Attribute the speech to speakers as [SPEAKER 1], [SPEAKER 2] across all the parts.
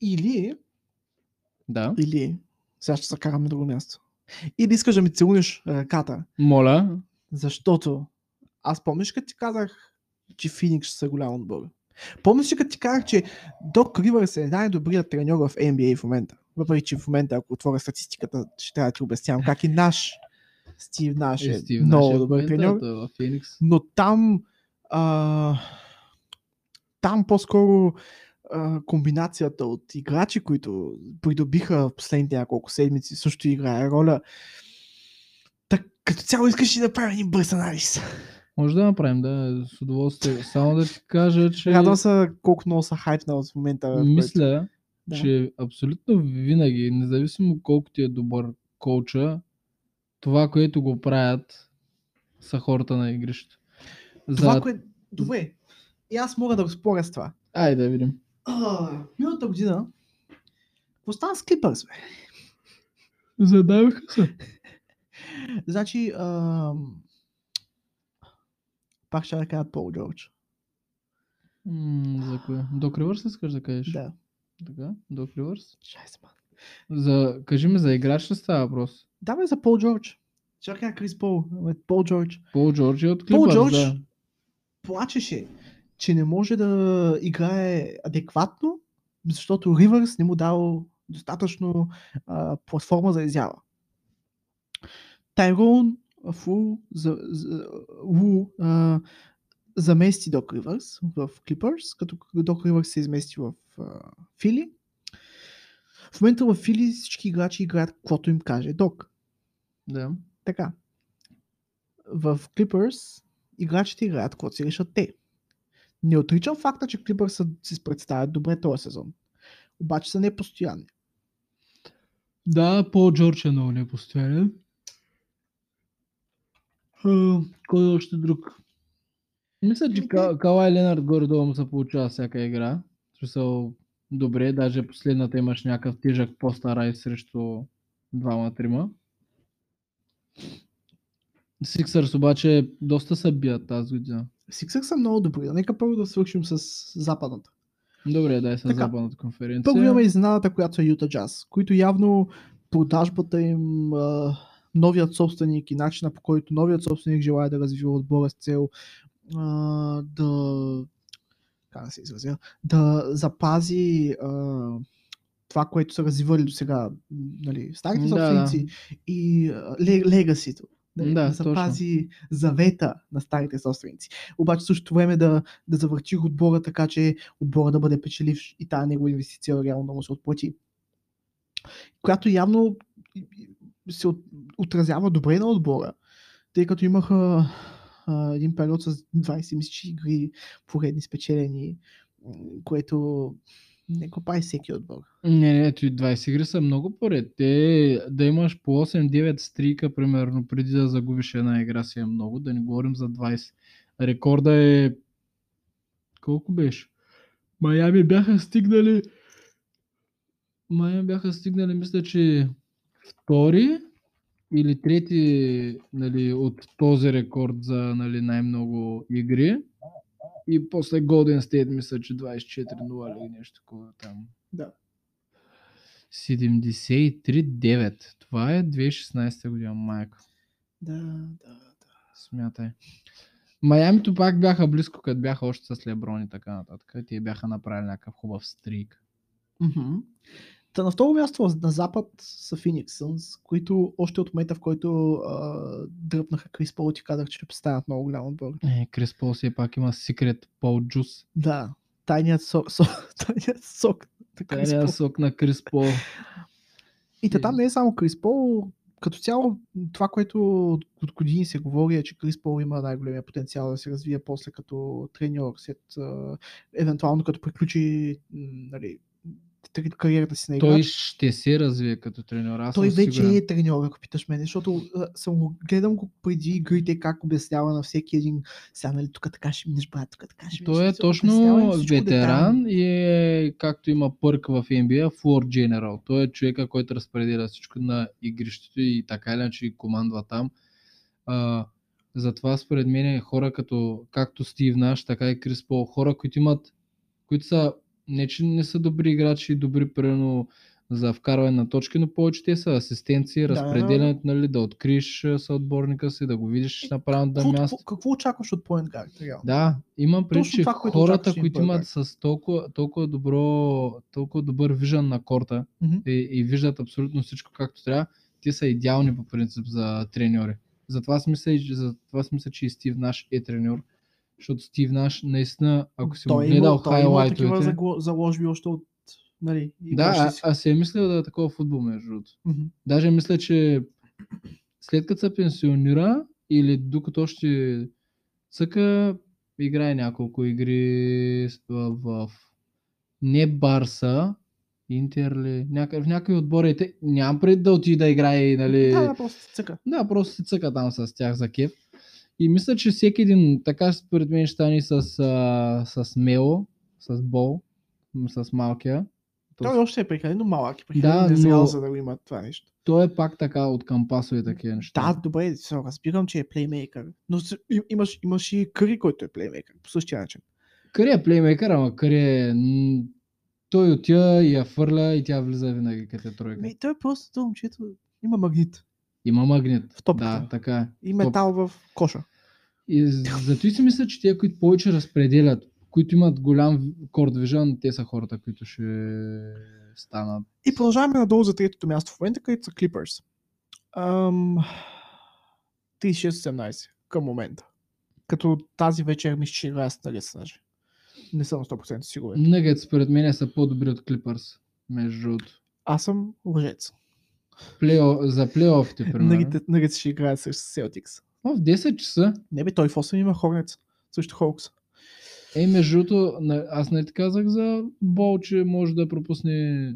[SPEAKER 1] Или
[SPEAKER 2] Да.
[SPEAKER 1] Или сега ще се карам на друго място. Или искаш да ми целуниш ръката,
[SPEAKER 2] Моля.
[SPEAKER 1] защото аз помниш като ти казах, че Феникс ще са голям отбор. Помниш ли като ти казах, че Док Ривърс е най-добрият треньор в NBA в момента? Въпреки, че в момента, ако отворя статистиката, ще трябва да ти обяснявам как и наш Стив Наш е, много добър треньор.
[SPEAKER 2] В е Феникс.
[SPEAKER 1] Но там, а, там по-скоро а, комбинацията от играчи, които придобиха в последните няколко седмици, също играе роля. Так, като цяло искаш ли да правим един бърз анализ?
[SPEAKER 2] Може да направим, да, с удоволствие. Само да ти кажа, че
[SPEAKER 1] Радвам се колко много са хайпна в момента. в който-
[SPEAKER 2] мисля,
[SPEAKER 1] Да.
[SPEAKER 2] че абсолютно винаги, независимо колко ти е добър коуча, това, което го правят, са хората на игрището. За...
[SPEAKER 1] Това, кое... Добре, и аз мога да споря с това.
[SPEAKER 2] Айде да видим.
[SPEAKER 1] А, Миналата година, какво стана с Клипърс, бе?
[SPEAKER 2] Задаваха се.
[SPEAKER 1] Значи, ам, пак ще да кажа Пол Джордж.
[SPEAKER 2] М, за кое? Док Ривърс искаш да кажеш?
[SPEAKER 1] Да.
[SPEAKER 2] Така, Док Ривърс.
[SPEAKER 1] Шайс, ман.
[SPEAKER 2] За... Кажи ми, за играч ли става въпрос?
[SPEAKER 1] Да, бе, за Пол Джордж. Чакай, Крис Пол. бе, Пол Джордж.
[SPEAKER 2] Пол Джордж е
[SPEAKER 1] Пол
[SPEAKER 2] от Клипърс,
[SPEAKER 1] Джордж
[SPEAKER 2] да.
[SPEAKER 1] плачеше, че не може да играе адекватно, защото Ривърс не му дал достатъчно а, платформа за изява. Тайрон Фу за, за, Лу, а, замести Док Ривърс в Клипърс, като Док Ривърс се измести в а, Фили. В момента в Фили всички играчи играят каквото им каже Док.
[SPEAKER 2] да.
[SPEAKER 1] Така. В Clippers играчите играят каквото си решат те. Не отричам факта, че Clippers са- си представят добре този сезон. Обаче са непостоянни.
[SPEAKER 2] Да, Пол Джордж е много непостоянен. А, Кой е още друг? Мисля, че
[SPEAKER 1] Ами,
[SPEAKER 2] Ка- Калай Ленард горе-долу му се получава всяка игра. В Смисъл, добре, даже последната имаш някакъв тежък по-старай срещу двама-трима. Сиксърс обаче доста се бият тази година.
[SPEAKER 1] Сиксър са много добри. Нека първо да свършим с западната.
[SPEAKER 2] Добре, дай се на
[SPEAKER 1] Така.
[SPEAKER 2] западната конференция.
[SPEAKER 1] Първо имаме изненадата, която е Юта Джаз, които явно продажбата им, а, новият собственик и начина по който новият собственик желая да развива отбора с цел а, да, как да се изразя, да запази а, това, което са развивали до сега нали, старите
[SPEAKER 2] Да,
[SPEAKER 1] собственици и а, ле- легасито. Да,
[SPEAKER 2] Да,
[SPEAKER 1] да
[SPEAKER 2] точно.
[SPEAKER 1] запази завета на старите собственици. Обаче в същото време да, да завърти отбора така, че отбора да бъде печеливш и тази негова инвестиция реално да му се отплати. Която явно се от- отразява добре на отбора, тъй като имаха а, един период с 20 мисичи игри поредни спечелени, м, което не го прави всеки отбор.
[SPEAKER 2] Не, не, ти 20 игри са много поред. Те да имаш по 8-9 стрика, примерно, преди да загубиш една игра си е много, да не говорим за 20. Рекорда е... Колко беше? Майами бяха стигнали... Майами бяха стигнали, мисля, че втори или трети нали, от този рекорд за нали, най-много игри. И после Golden State мисля, че 24-0 или нещо такова там. 73-9. Това е 2016 година, майка.
[SPEAKER 1] Да, да, да.
[SPEAKER 2] Смятай. Майамито пак бяха близко, като бяха още с Леброн и така нататък. Те бяха направили някакъв хубав стрик.
[SPEAKER 1] Мгм. Та на второ място на запад са Phoenix Suns, които още от момента, в който а, дръпнаха Крис Пол, ти казах, че ще представят много голям отбор.
[SPEAKER 2] Е, Крис Пол си пак има секрет Пол Джус.
[SPEAKER 1] Да, тайният сок. сок тайният сок. на Крис
[SPEAKER 2] Крис
[SPEAKER 1] Пол.
[SPEAKER 2] сок на Крис Пол.
[SPEAKER 1] И та там не е само Крис Пол. Като цяло, това, което от- от години се говори е, че Крис Пол има най-големия потенциал да се развие после като треньор, след, а, евентуално като приключи м, нали, тър- кариерата си на играч.
[SPEAKER 2] Той ще се развие като треньор. Аз
[SPEAKER 1] Той
[SPEAKER 2] съм
[SPEAKER 1] вече
[SPEAKER 2] сигурен.
[SPEAKER 1] е треньор, ако питаш мен, защото а, съм го, гледам го преди игрите, как обяснява на всеки един, сега нали, тук така ще минеш, брат, тук така ще минеш.
[SPEAKER 2] Той е
[SPEAKER 1] Мисля, обяснява им
[SPEAKER 2] точно
[SPEAKER 1] всичко детайлно.
[SPEAKER 2] ветеран и е, както има пърк в NBA, Floor General. Той е човека, който разпределя всичко на игрището и така или иначе и командва там. А, затова според мен е хора като както Стив Наш, така и Крис Пол, хора, които имат, които са, не че не са добри играчи, добри примерно за вкарване на точки, но повече те са асистенции,
[SPEAKER 1] Да.
[SPEAKER 2] разпределянето, нали, да откриеш а, съотборника си, да го
[SPEAKER 1] Е,
[SPEAKER 2] видиш на правилното
[SPEAKER 1] Какво,
[SPEAKER 2] място.
[SPEAKER 1] какво, какво очакваш от Point Guard? реално?
[SPEAKER 2] Да, имам предвид,
[SPEAKER 1] Точно
[SPEAKER 2] че
[SPEAKER 1] това, което
[SPEAKER 2] хората,
[SPEAKER 1] очакваш един
[SPEAKER 2] които имат с толкова, толкова, добро, толкова добър вижън на корта
[SPEAKER 1] Мгм.
[SPEAKER 2] и, и виждат абсолютно всичко както трябва, те са идеални по принцип за треньори. Затова аз мисля, и че- затова аз мисля, че и Стив Наш е треньор. Защото Стив Наш, наистина, ако си
[SPEAKER 1] Той
[SPEAKER 2] му
[SPEAKER 1] е
[SPEAKER 2] гледал
[SPEAKER 1] имал, той е имал такива
[SPEAKER 2] хайлайтовете...
[SPEAKER 1] загло- заложби още от... Нали,
[SPEAKER 2] Да,
[SPEAKER 1] играчите
[SPEAKER 2] а,
[SPEAKER 1] си.
[SPEAKER 2] аз си е мислил да е такова футбол, между другото.
[SPEAKER 1] Мгм.
[SPEAKER 2] Даже мисля, че след като се пенсионира или докато още цъка, играе няколко игри с- в, в не Барса, Интер ли, някъде, в някои от борите. Нямам пред да отиде да играе, нали?
[SPEAKER 1] Да, да, просто цъка.
[SPEAKER 2] Да, просто се цъка там с тях за кеф. И мисля, че всеки един, така според мен ще стане с, а, с Мело, с Бол, м, с малкия. То-
[SPEAKER 1] Той още е прекалено малък и
[SPEAKER 2] Да,
[SPEAKER 1] прекалено незрял,
[SPEAKER 2] но-
[SPEAKER 1] за да го има това нещо.
[SPEAKER 2] Той е пак така от кампасове такива неща.
[SPEAKER 1] Да, добре, сега разбирам, че е плеймейкър, но с- и- имаш, имаш и Къри, който е плеймейкър по същия начин.
[SPEAKER 2] Къри е плеймейкър, ама Къри е... м, Той отива и я фърля и тя влиза винаги като е тройка.
[SPEAKER 1] Ми, той е просто това момчето има магнит
[SPEAKER 2] Има магнит.
[SPEAKER 1] в топката
[SPEAKER 2] Да, така е.
[SPEAKER 1] и метал в коша.
[SPEAKER 2] И з- зато и си мисля, че те, които повече разпределят, които имат голям корд вижън, те са хората, които ще станат.
[SPEAKER 1] И продължаваме надолу за третото място в момента, където са Clippers. Ам, 36-18 към момента. Като тази вечер мисля, че играе с Nuggets даже. Не съм 100% сигурен.
[SPEAKER 2] Нъгът според мен са по-добри от Клипърс, между другото.
[SPEAKER 1] Аз съм лъжец. Нали,
[SPEAKER 2] Плейо... За плейофите, примерно.
[SPEAKER 1] Nuggets Nuggets ще играе с Celtics.
[SPEAKER 2] О, в 10 часа
[SPEAKER 1] Не бе, той в 8 има Хорнец. Също Хоукс.
[SPEAKER 2] е, между другото, на- аз не ти казах за бол, че може да пропусне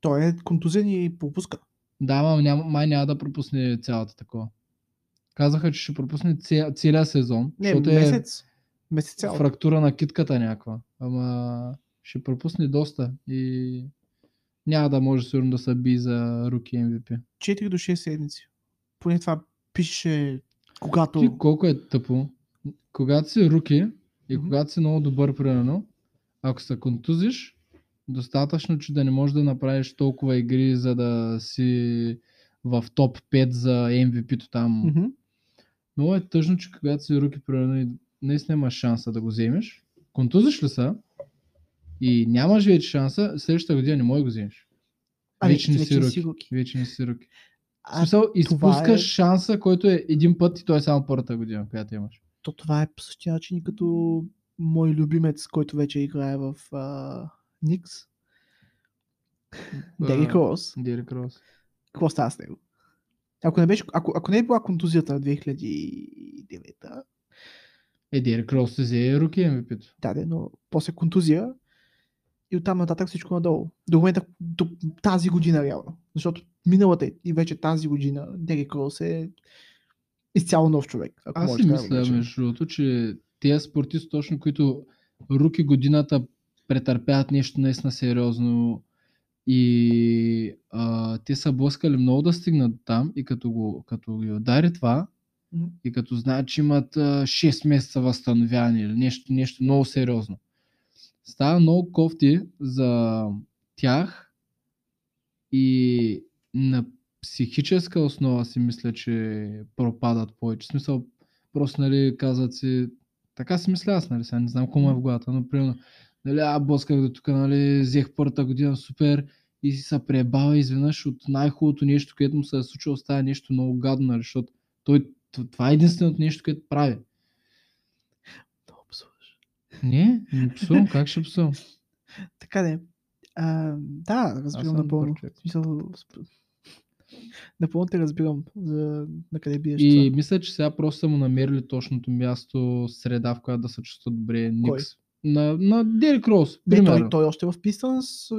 [SPEAKER 1] Той е контузен и пропуска.
[SPEAKER 2] Да, ма, няма, май няма да пропусне цялата такова. Казаха, че ще пропусне ця, целия сезон,
[SPEAKER 1] Не,
[SPEAKER 2] защото
[SPEAKER 1] месец. Месец
[SPEAKER 2] е
[SPEAKER 1] цял.
[SPEAKER 2] фрактура на китката някаква. Ама ще пропусне доста и няма да може сигурно да се би за руки MVP.
[SPEAKER 1] 4 до 6 седмици. Поне това пише, когато...
[SPEAKER 2] Ти колко е тъпо, когато си руки и
[SPEAKER 1] Мгм.
[SPEAKER 2] когато си много добър, примерно, ако се контузиш, достатъчно, че да не можеш да направиш толкова игри, за да си в топ 5 за MVP-то там.
[SPEAKER 1] Мгм.
[SPEAKER 2] Много е тъжно, че когато си руки примерно и днес нямаш шанса да го вземеш, контузиш ли са и нямаш вече шанса, следващата година не можеш да го вземеш.
[SPEAKER 1] Ами,
[SPEAKER 2] Вече не си руки.
[SPEAKER 1] руки.
[SPEAKER 2] Вече не си руки. В
[SPEAKER 1] А,
[SPEAKER 2] смисъл,
[SPEAKER 1] това
[SPEAKER 2] изпускаш
[SPEAKER 1] е-
[SPEAKER 2] шанса, който е един път и той е само първата година, която имаш.
[SPEAKER 1] то това е по същия начин и като мой любимец, който вече играе в а, Никс. Дерик
[SPEAKER 2] А,
[SPEAKER 1] Роуз.
[SPEAKER 2] Дерик Роуз.
[SPEAKER 1] Какво става с него? Ако не, беше, ако, ако не е била контузията на 2009,
[SPEAKER 2] Е, Дерик Роуз се взе руки ами, MVP-то.
[SPEAKER 1] даде, но после контузия и оттам нататък всичко надолу. До момента, до тази година реално. Защото миналата и вече тази година Дерик Роуз е изцяло нов човек. Ако
[SPEAKER 2] Аз
[SPEAKER 1] може
[SPEAKER 2] си
[SPEAKER 1] така да го
[SPEAKER 2] мисля,
[SPEAKER 1] наречем.
[SPEAKER 2] между другото, че тези спортисти, точно които руки годината претърпяват нещо наистина сериозно и а, те са блъскали много да стигнат там и като, го, като ги удари това
[SPEAKER 1] Мгм.
[SPEAKER 2] и като знаят, че имат а, 6 месеца възстановяване или нещо, нещо много сериозно. Става много кофти за тях и на психическа основа си мисля, че пропадат повече. В смисъл, просто нали, казват си, така си мисля аз, нали, сега не знам кому е в главата, но примерно, нали, а босках до тук, нали, взех първата година, супер, и си се пребава изведнъж от най-хубавото нещо, което му се е случило, става нещо много гадно, нали, защото той, т- това е единственото нещо, което прави.
[SPEAKER 1] Много псуваш.
[SPEAKER 2] Не, не псувам, как ще псувам?
[SPEAKER 1] Така да е. А, да, разбирам
[SPEAKER 2] съм
[SPEAKER 1] напълно.
[SPEAKER 2] добър човек.
[SPEAKER 1] В смисъл, сп- напълно те разбирам за на къде биеш
[SPEAKER 2] И
[SPEAKER 1] това.
[SPEAKER 2] мисля, че сега просто са му намерили точното място, среда, в която да се чувстват добре Никс. На, на Дерик Роуз,
[SPEAKER 1] Бе, е
[SPEAKER 2] примерно.
[SPEAKER 1] той, той още в Пистънс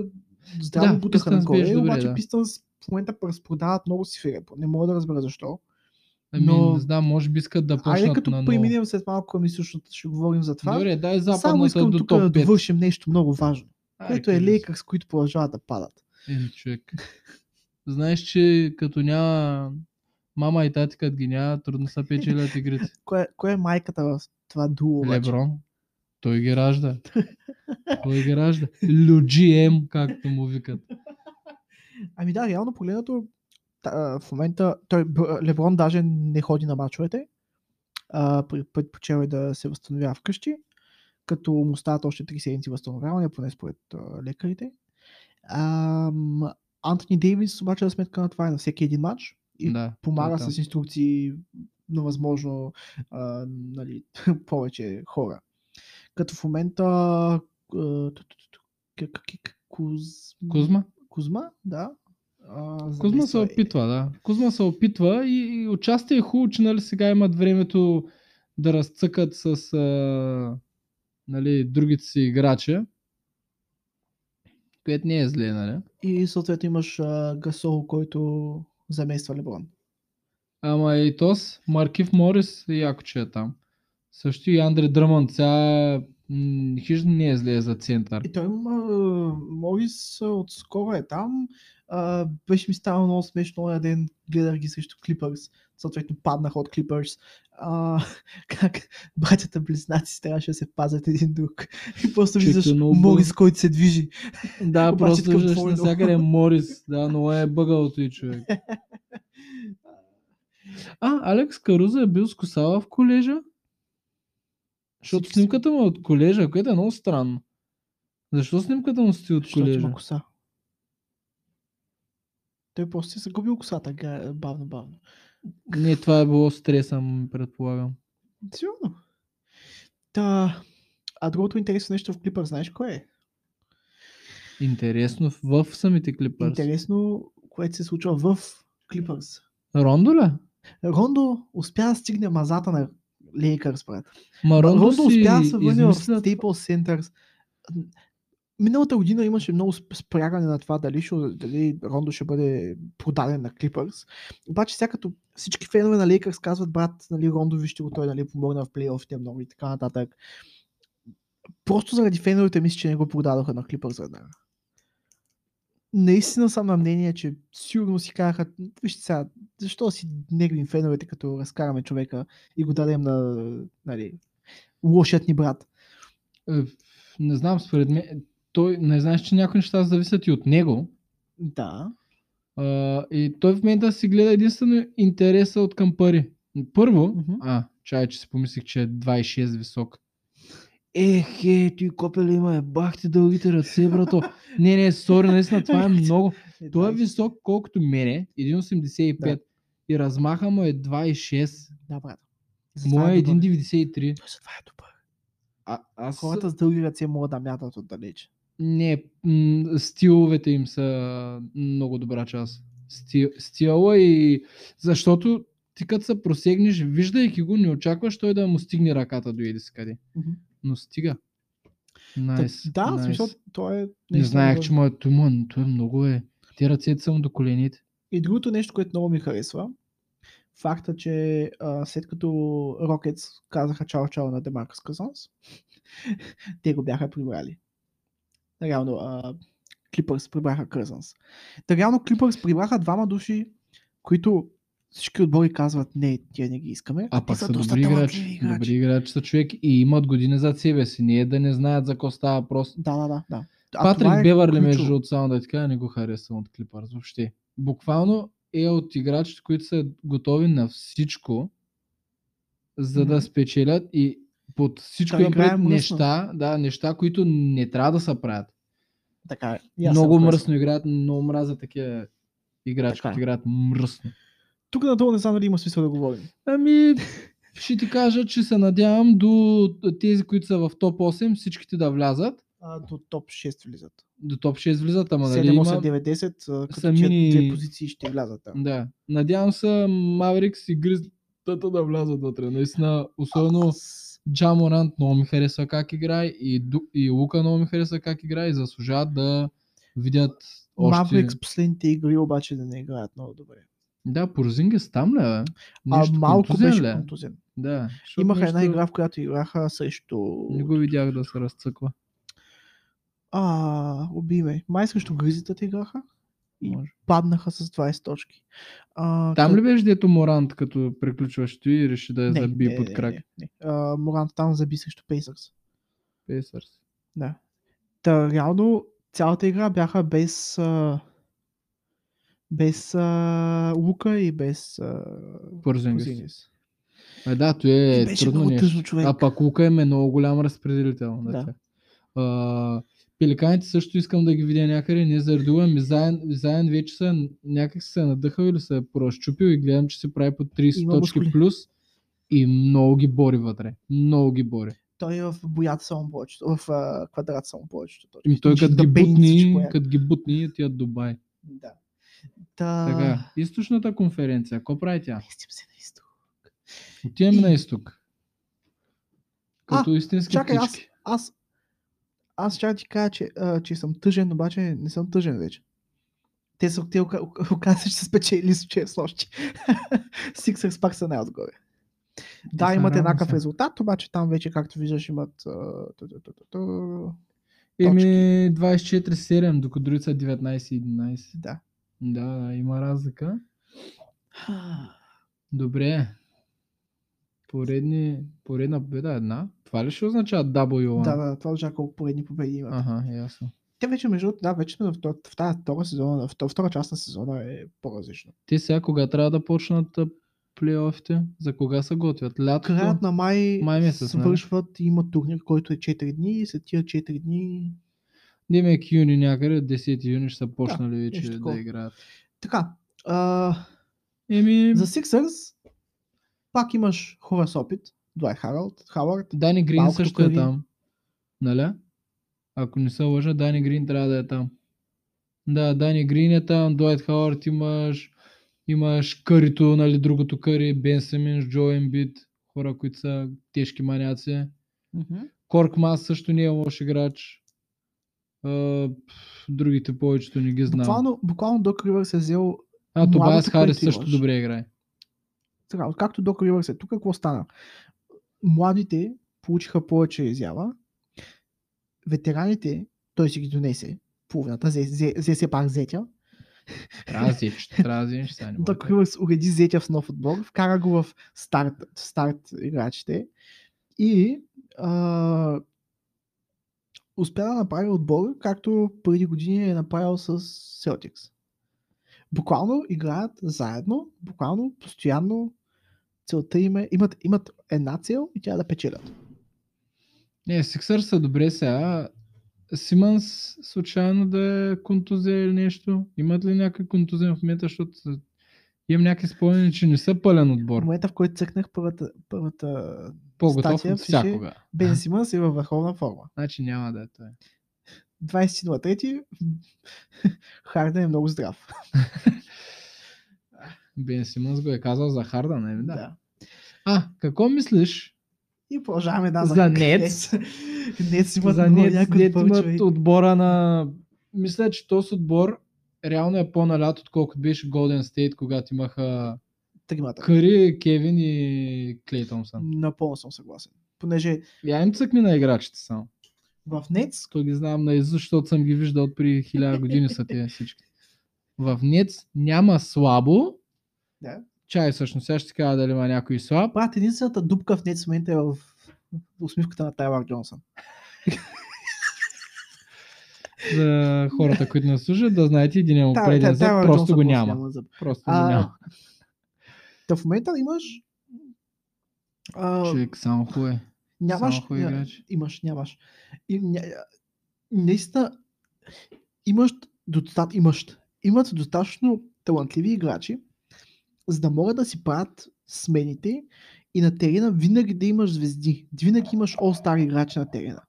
[SPEAKER 1] здраво
[SPEAKER 2] Да,
[SPEAKER 1] да, бутаха
[SPEAKER 2] Pistons
[SPEAKER 1] нагоре,
[SPEAKER 2] беше добре,
[SPEAKER 1] обаче
[SPEAKER 2] да.
[SPEAKER 1] Пистънс в момента разпродават много си фирепо. Не мога да разбера защо.
[SPEAKER 2] Ами,
[SPEAKER 1] Но-
[SPEAKER 2] не знам, може би искат да почнат
[SPEAKER 1] Айде като
[SPEAKER 2] на ново.
[SPEAKER 1] преминем след малко към източната, ще говорим за това.
[SPEAKER 2] Добре, дай
[SPEAKER 1] Само
[SPEAKER 2] западната
[SPEAKER 1] искам
[SPEAKER 2] до
[SPEAKER 1] тук
[SPEAKER 2] топ 5.
[SPEAKER 1] да довършим нещо много важно,
[SPEAKER 2] Ай,
[SPEAKER 1] което е
[SPEAKER 2] кажи
[SPEAKER 1] лейкър, с които продължават да падат.
[SPEAKER 2] си. Еми, човек. Знаеш, че като няма мама и тати, като ги няма, трудно са печелят игрите.
[SPEAKER 1] Кое, кое е майката в това дуо обаче?
[SPEAKER 2] Леброн. Той ги ражда. Той ги ражда. Люджием, както му викат.
[SPEAKER 1] Ами да, реално погледнато, та- а, в момента той, Бр- Леброн даже не ходи на мачовете. А, пре- предпочел е да се възстановява вкъщи, като му стават още 3 седмици възстановяване, поне според а, лекарите. Ам, Антони Дейвис обаче за сметка на това е на всеки един матч и
[SPEAKER 2] Да,
[SPEAKER 1] помага
[SPEAKER 2] той е там.
[SPEAKER 1] с инструкции на възможно а, нали, повече хора. Като в момента а, ту- ту- ту- ту- к- к- к- Куз...
[SPEAKER 2] Кузма?
[SPEAKER 1] Кузма, да. А,
[SPEAKER 2] Кузма се
[SPEAKER 1] замества е-
[SPEAKER 2] опитва, да. Кузма се опитва и, и участие е хубаво, че нали, сега имат времето да разцъкат с а, нали, другите си играчи. Което не е зле, нали?
[SPEAKER 1] И съответно имаш а, Гасол, който замества Леброн.
[SPEAKER 2] Ама и Тос, Маркив Морис, яко че е там. Също и Андре Дръмън, сега м, хижно не е зле за център.
[SPEAKER 1] И той има Морис а, отскоро е там. А, беше ми станало много смешно на ден, гледах ги срещу Клипърс. Съответно паднах от Клипърс. А, как братята близнаци трябваше да се пазят един друг. И просто
[SPEAKER 2] Чакай,
[SPEAKER 1] виждаш
[SPEAKER 2] много бъл-
[SPEAKER 1] Морис, който се движи.
[SPEAKER 2] Да,
[SPEAKER 1] Обаче
[SPEAKER 2] просто
[SPEAKER 1] такъв
[SPEAKER 2] виждаш
[SPEAKER 1] двойно.
[SPEAKER 2] навсякъде Морис, да, но е бъгалото и човек. А, Алекс Каруза е бил с косала в колежа? Защото
[SPEAKER 1] Всички са.
[SPEAKER 2] снимката му е от колежа, което е много странно. Защо снимката му стои от
[SPEAKER 1] Защото
[SPEAKER 2] колежа?
[SPEAKER 1] има коса. Той просто си е загубил косата га- бавно-бавно.
[SPEAKER 2] Не, това е било стреса, м, предполагам.
[SPEAKER 1] Сигурно. Та, а другото интересно нещо в Клипър, знаеш кое е?
[SPEAKER 2] Интересно, в самите клипърс.
[SPEAKER 1] Интересно, което се случва в Клипърс.
[SPEAKER 2] Рондо ли?
[SPEAKER 1] Рондо успя да стигне мазата на Лейкърс, брат.
[SPEAKER 2] Ма Рондо,
[SPEAKER 1] Рондо
[SPEAKER 2] си
[SPEAKER 1] успя да се върне в
[SPEAKER 2] измисля...
[SPEAKER 1] Staples Center. Миналата година имаше много сп- спрягане на това дали, ще, дали Рондо ще бъде продаден на Клипърс. Обаче сега като всички фенове на Лейкърс казват, брат, нали, Рондо вижте го, той нали, помогна в плейофите много и така нататък. Просто заради феновете мисля, че не го продадоха на Клипърс веднага. Наистина съм на мнение, че сигурно си казаха, вижте сега, защо си негрим феновете, като разкараме човека и го дадем на нали, лошият ни брат.
[SPEAKER 2] Е, Не знам, според мен... Той, не знаеш, че някои неща зависят и от него.
[SPEAKER 1] Да.
[SPEAKER 2] А, и той в момента си гледа единствено интереса от към пари. Първо,
[SPEAKER 1] Мгм.
[SPEAKER 2] а, чай, че си помислих, че е 26 висок. Ех, е, ти копеле има, е, бах ти дългите ръце, брато. Не, не, сори, наистина, това е много. Той е висок колкото мене, 1,85
[SPEAKER 1] Да.
[SPEAKER 2] и размаха му е 26.
[SPEAKER 1] Да, брат.
[SPEAKER 2] Моя е
[SPEAKER 1] добър.
[SPEAKER 2] 1,93.
[SPEAKER 1] Той затова е добър.
[SPEAKER 2] А, аз...
[SPEAKER 1] Хората с дълги ръце могат да мятат отдалеч.
[SPEAKER 2] Не, м, стиловете им са много добра част. Стил, стила и... Защото ти като се просегнеш, виждайки го, не очакваш той да му стигне ръката до еди си къде.
[SPEAKER 1] Мгм.
[SPEAKER 2] Но стига.
[SPEAKER 1] Та-
[SPEAKER 2] Найс,
[SPEAKER 1] да,
[SPEAKER 2] найс.
[SPEAKER 1] nice. смисъл, той е...
[SPEAKER 2] Не
[SPEAKER 1] наистина
[SPEAKER 2] знаех,
[SPEAKER 1] добър.
[SPEAKER 2] че моят той, му, той е много е. Те ръцете са му до колените.
[SPEAKER 1] И другото нещо, което много ми харесва, факта, че а, след като Рокетс казаха чао-чао на Демаркъс Казанс, те го бяха прибрали. Реално, а, Клипърс прибраха Кързанс. Та реално Клипърс прибраха двама души, които всички отбори казват, не, тия не ги искаме.
[SPEAKER 2] А
[SPEAKER 1] те
[SPEAKER 2] пък са
[SPEAKER 1] доста
[SPEAKER 2] добри играчи.
[SPEAKER 1] талантливи
[SPEAKER 2] Добри играчи са човек и имат години зад себе си. Не е да не знаят за какво става въпрос.
[SPEAKER 1] Да, да, да. да. А
[SPEAKER 2] Патрик
[SPEAKER 1] това е
[SPEAKER 2] Бевърли, между
[SPEAKER 1] ключово.
[SPEAKER 2] другото, само да ти кажа, не го харесвам от Клипърс въобще. Буквално е от играчите, които са готови на всичко, за
[SPEAKER 1] Мгм.
[SPEAKER 2] да спечелят и под всичко
[SPEAKER 1] Той
[SPEAKER 2] имам пред
[SPEAKER 1] играе мръсно.
[SPEAKER 2] неща, да, неща, които не трябва да се правят.
[SPEAKER 1] Така е. И аз
[SPEAKER 2] много
[SPEAKER 1] съм през.
[SPEAKER 2] мръсно играят, много мразя такива играчи,
[SPEAKER 1] Така е.
[SPEAKER 2] които играят мръсно.
[SPEAKER 1] Тук надолу не знам дали има смисъл да говорим.
[SPEAKER 2] Ами, ще ти кажа, че се надявам до тези, които са в топ 8, всичките да влязат.
[SPEAKER 1] А, до топ 6 влизат.
[SPEAKER 2] До топ 6 влизат, ама нали
[SPEAKER 1] 7,
[SPEAKER 2] има...
[SPEAKER 1] 8, 9, 10, а, като
[SPEAKER 2] са
[SPEAKER 1] тия
[SPEAKER 2] мини-
[SPEAKER 1] две позиции ще влязат. Да.
[SPEAKER 2] Да. Надявам се Маврикс и Гризтата да влязат вътре. Наистина, особено
[SPEAKER 1] Аз-
[SPEAKER 2] Джаморант много ми харесва как играе и, Ду- и Лука много ми харесва как играе и заслужават да видят още...
[SPEAKER 1] Маврикс последните игри обаче да не играят много добре.
[SPEAKER 2] Да, Порзингис там ли? бе?
[SPEAKER 1] А
[SPEAKER 2] Нещо
[SPEAKER 1] малко
[SPEAKER 2] контузен
[SPEAKER 1] беше
[SPEAKER 2] ли е?
[SPEAKER 1] контузен.
[SPEAKER 2] Да. защото
[SPEAKER 1] Имаха
[SPEAKER 2] нещо-
[SPEAKER 1] една игра, в която играха срещу...
[SPEAKER 2] Не го видях да се разцъква.
[SPEAKER 1] А, уби ме. Май срещу гризитата играха и
[SPEAKER 2] Може.
[SPEAKER 1] паднаха с 20 точки. А,
[SPEAKER 2] Там
[SPEAKER 1] къд-
[SPEAKER 2] ли беше дето Морант, като приключваш ти и реши да я заби под крак?
[SPEAKER 1] Не, не. А, Морант там заби срещу Пейсърс.
[SPEAKER 2] Пейсърс.
[SPEAKER 1] Да. Та, реално цялата игра бяха без а, без а, Лука и без а,
[SPEAKER 2] Порзингис.
[SPEAKER 1] Позингис.
[SPEAKER 2] Е, да, то е
[SPEAKER 1] И беше
[SPEAKER 2] трудно
[SPEAKER 1] много
[SPEAKER 2] нещо.
[SPEAKER 1] тъжно човек.
[SPEAKER 2] А пак Лука им е много голям разпределител. На
[SPEAKER 1] Да.
[SPEAKER 2] тях. А, пеликаните също искам да ги видя някъде, не заради Лука, ми заен, заен вече са, някак се е надъхал или се е поразчупил и гледам, че се прави по 30
[SPEAKER 1] Има
[SPEAKER 2] точки
[SPEAKER 1] мускули.
[SPEAKER 2] плюс и много ги бори вътре. Много ги бори.
[SPEAKER 1] Той е в боята само повечето, в а, квадрат само повечето. точки.
[SPEAKER 2] И той
[SPEAKER 1] Ще
[SPEAKER 2] като
[SPEAKER 1] да
[SPEAKER 2] ги
[SPEAKER 1] бейни всичко
[SPEAKER 2] бутни,
[SPEAKER 1] поне.
[SPEAKER 2] като ги бутни, тя Дубай.
[SPEAKER 1] Да. Та...
[SPEAKER 2] Така, източната конференция, какво прави тя?
[SPEAKER 1] Местим се на изток.
[SPEAKER 2] Отиваме
[SPEAKER 1] И-
[SPEAKER 2] на изток. Като истински
[SPEAKER 1] Чакай, аз,
[SPEAKER 2] птички.
[SPEAKER 1] аз, аз ще ти кажа, че, а, че съм тъжен, обаче не съм тъжен вече. Те са те ока- ока- оказа, че са спечели с вчера с нощи. Сиксърс пак са най-отгоре. Да,
[SPEAKER 2] Е, са
[SPEAKER 1] имат
[SPEAKER 2] равни
[SPEAKER 1] еднакъв
[SPEAKER 2] са.
[SPEAKER 1] резултат, обаче там вече, както виждаш, имат... а, ту- ту- ту- ту- ту.
[SPEAKER 2] Еми 24-7, докато другите са 19-11.
[SPEAKER 1] Да.
[SPEAKER 2] Да, да, има разлика. Добре. Поредни, поредна победа една. Това ли ще означава W1?
[SPEAKER 1] Да, да, това означава колко поредни победи имат.
[SPEAKER 2] Ага, ясно.
[SPEAKER 1] Те вече, между другото, да, вече в, в, в тази втора, сезона, в втора част на сезона е по-различно.
[SPEAKER 2] Те сега кога трябва да почнат а, плейофите? За кога се готвят? Лятото?
[SPEAKER 1] Краят на май,
[SPEAKER 2] Май месец, нали?
[SPEAKER 1] свършват и има турнир, който е 4 дни и след тия 4 дни...
[SPEAKER 2] Демек юни някъде, 10 юни ще са почнали вече
[SPEAKER 1] нещо
[SPEAKER 2] да
[SPEAKER 1] такова.
[SPEAKER 2] играят.
[SPEAKER 1] Така, а,
[SPEAKER 2] Еми,
[SPEAKER 1] за Sixers пак имаш хора с опит. Дуай Харалд, Хауърд.
[SPEAKER 2] Дани Грин
[SPEAKER 1] малкото
[SPEAKER 2] също е
[SPEAKER 1] Кари.
[SPEAKER 2] там. Нали? Ако не се лъжа, Дани Грин трябва да е там. Да, Дани Грин е там, Дуайт Хауърд имаш, имаш Кърито, нали, другото Къри, Бен Семинс, Джо Ембит, хора, които са тежки маняци. Корк Мас също не е лош играч. А, пф, другите повечето не ги знам.
[SPEAKER 1] Буквално, буквално Док Ривърс е взел...
[SPEAKER 2] А, Тобайас
[SPEAKER 1] младото, е
[SPEAKER 2] Харис
[SPEAKER 1] което
[SPEAKER 2] също
[SPEAKER 1] имаш.
[SPEAKER 2] добре играе.
[SPEAKER 1] Така, откакто Док Ривърс е тук, какво стана? Младите получиха повече изява. Ветераните, той си ги донесе половината, взе- взе взе се пак зетя.
[SPEAKER 2] Трябва да зиеш, трябва да зиеш, сега не може
[SPEAKER 1] Док
[SPEAKER 2] да е.
[SPEAKER 1] Ривърс уреди зетя в нов отбор, вкара го в старт, в старт играчите и а, успя да направи отбор, както преди години е направил с Celtics. Буквално играят заедно, буквално, постоянно. Целта им е, имат, имат една цел и тя е да печелят.
[SPEAKER 2] Не, Сиксър са добре сега. Симънс случайно да е контузия или нещо? Имат ли някакъв контузия в момента, защото са- имам някакви спомени, че не са пълен
[SPEAKER 1] В
[SPEAKER 2] отбор.
[SPEAKER 1] момента, в който цъкнах първата, първата
[SPEAKER 2] По-готов
[SPEAKER 1] статия
[SPEAKER 2] от
[SPEAKER 1] пише-
[SPEAKER 2] всякога.
[SPEAKER 1] Бен Симънс е във върховна форма.
[SPEAKER 2] Значи няма да е той.
[SPEAKER 1] 20 на 3 Харден е много здрав.
[SPEAKER 2] Бен Симънс го е казал за Харда, не да.
[SPEAKER 1] Да.
[SPEAKER 2] А, какво мислиш?
[SPEAKER 1] И продължаваме да
[SPEAKER 2] За Нец.
[SPEAKER 1] Нец имат
[SPEAKER 2] за
[SPEAKER 1] много
[SPEAKER 2] Нец,
[SPEAKER 1] яко
[SPEAKER 2] дето
[SPEAKER 1] отбор,
[SPEAKER 2] имат
[SPEAKER 1] човек.
[SPEAKER 2] отбора на... Мисля, че този отбор реално е по-налят, отколкото беше Golden State, когато имаха
[SPEAKER 1] Тримата.
[SPEAKER 2] Къри, Кевин и Клей Томсън.
[SPEAKER 1] Напълно съм съгласен. Понеже
[SPEAKER 2] Я им цъкни на играчите само.
[SPEAKER 1] в Нец,
[SPEAKER 2] То ги знам наизуст, защото съм ги виждал от при хиляда години са тези всички. В Нец няма слабо.
[SPEAKER 1] Да.
[SPEAKER 2] Чай всъщност, сега ще ти кажа дали има някой слаб.
[SPEAKER 1] брат, единствената дупка в Нец в момента е в усмивката на Тайлър Джонсън.
[SPEAKER 2] За хората, които не служат, да знаете, един е му
[SPEAKER 1] Та-
[SPEAKER 2] преден
[SPEAKER 1] та-
[SPEAKER 2] зъб,
[SPEAKER 1] Тайлър
[SPEAKER 2] просто
[SPEAKER 1] Джонсън
[SPEAKER 2] го
[SPEAKER 1] просто
[SPEAKER 2] няма.
[SPEAKER 1] зъб.
[SPEAKER 2] Просто го
[SPEAKER 1] А,
[SPEAKER 2] няма.
[SPEAKER 1] Та в момента имаш а,
[SPEAKER 2] Човек, само е. хуе.
[SPEAKER 1] нямаш,
[SPEAKER 2] само хубав
[SPEAKER 1] ня-
[SPEAKER 2] играч.
[SPEAKER 1] имаш, нямаш. И, ня, наистина имаш, доста, имаш, имат достатъчно талантливи играчи, за да могат да си правят смените и на терена винаги да имаш звезди. Винаги имаш all-star играчи на терена.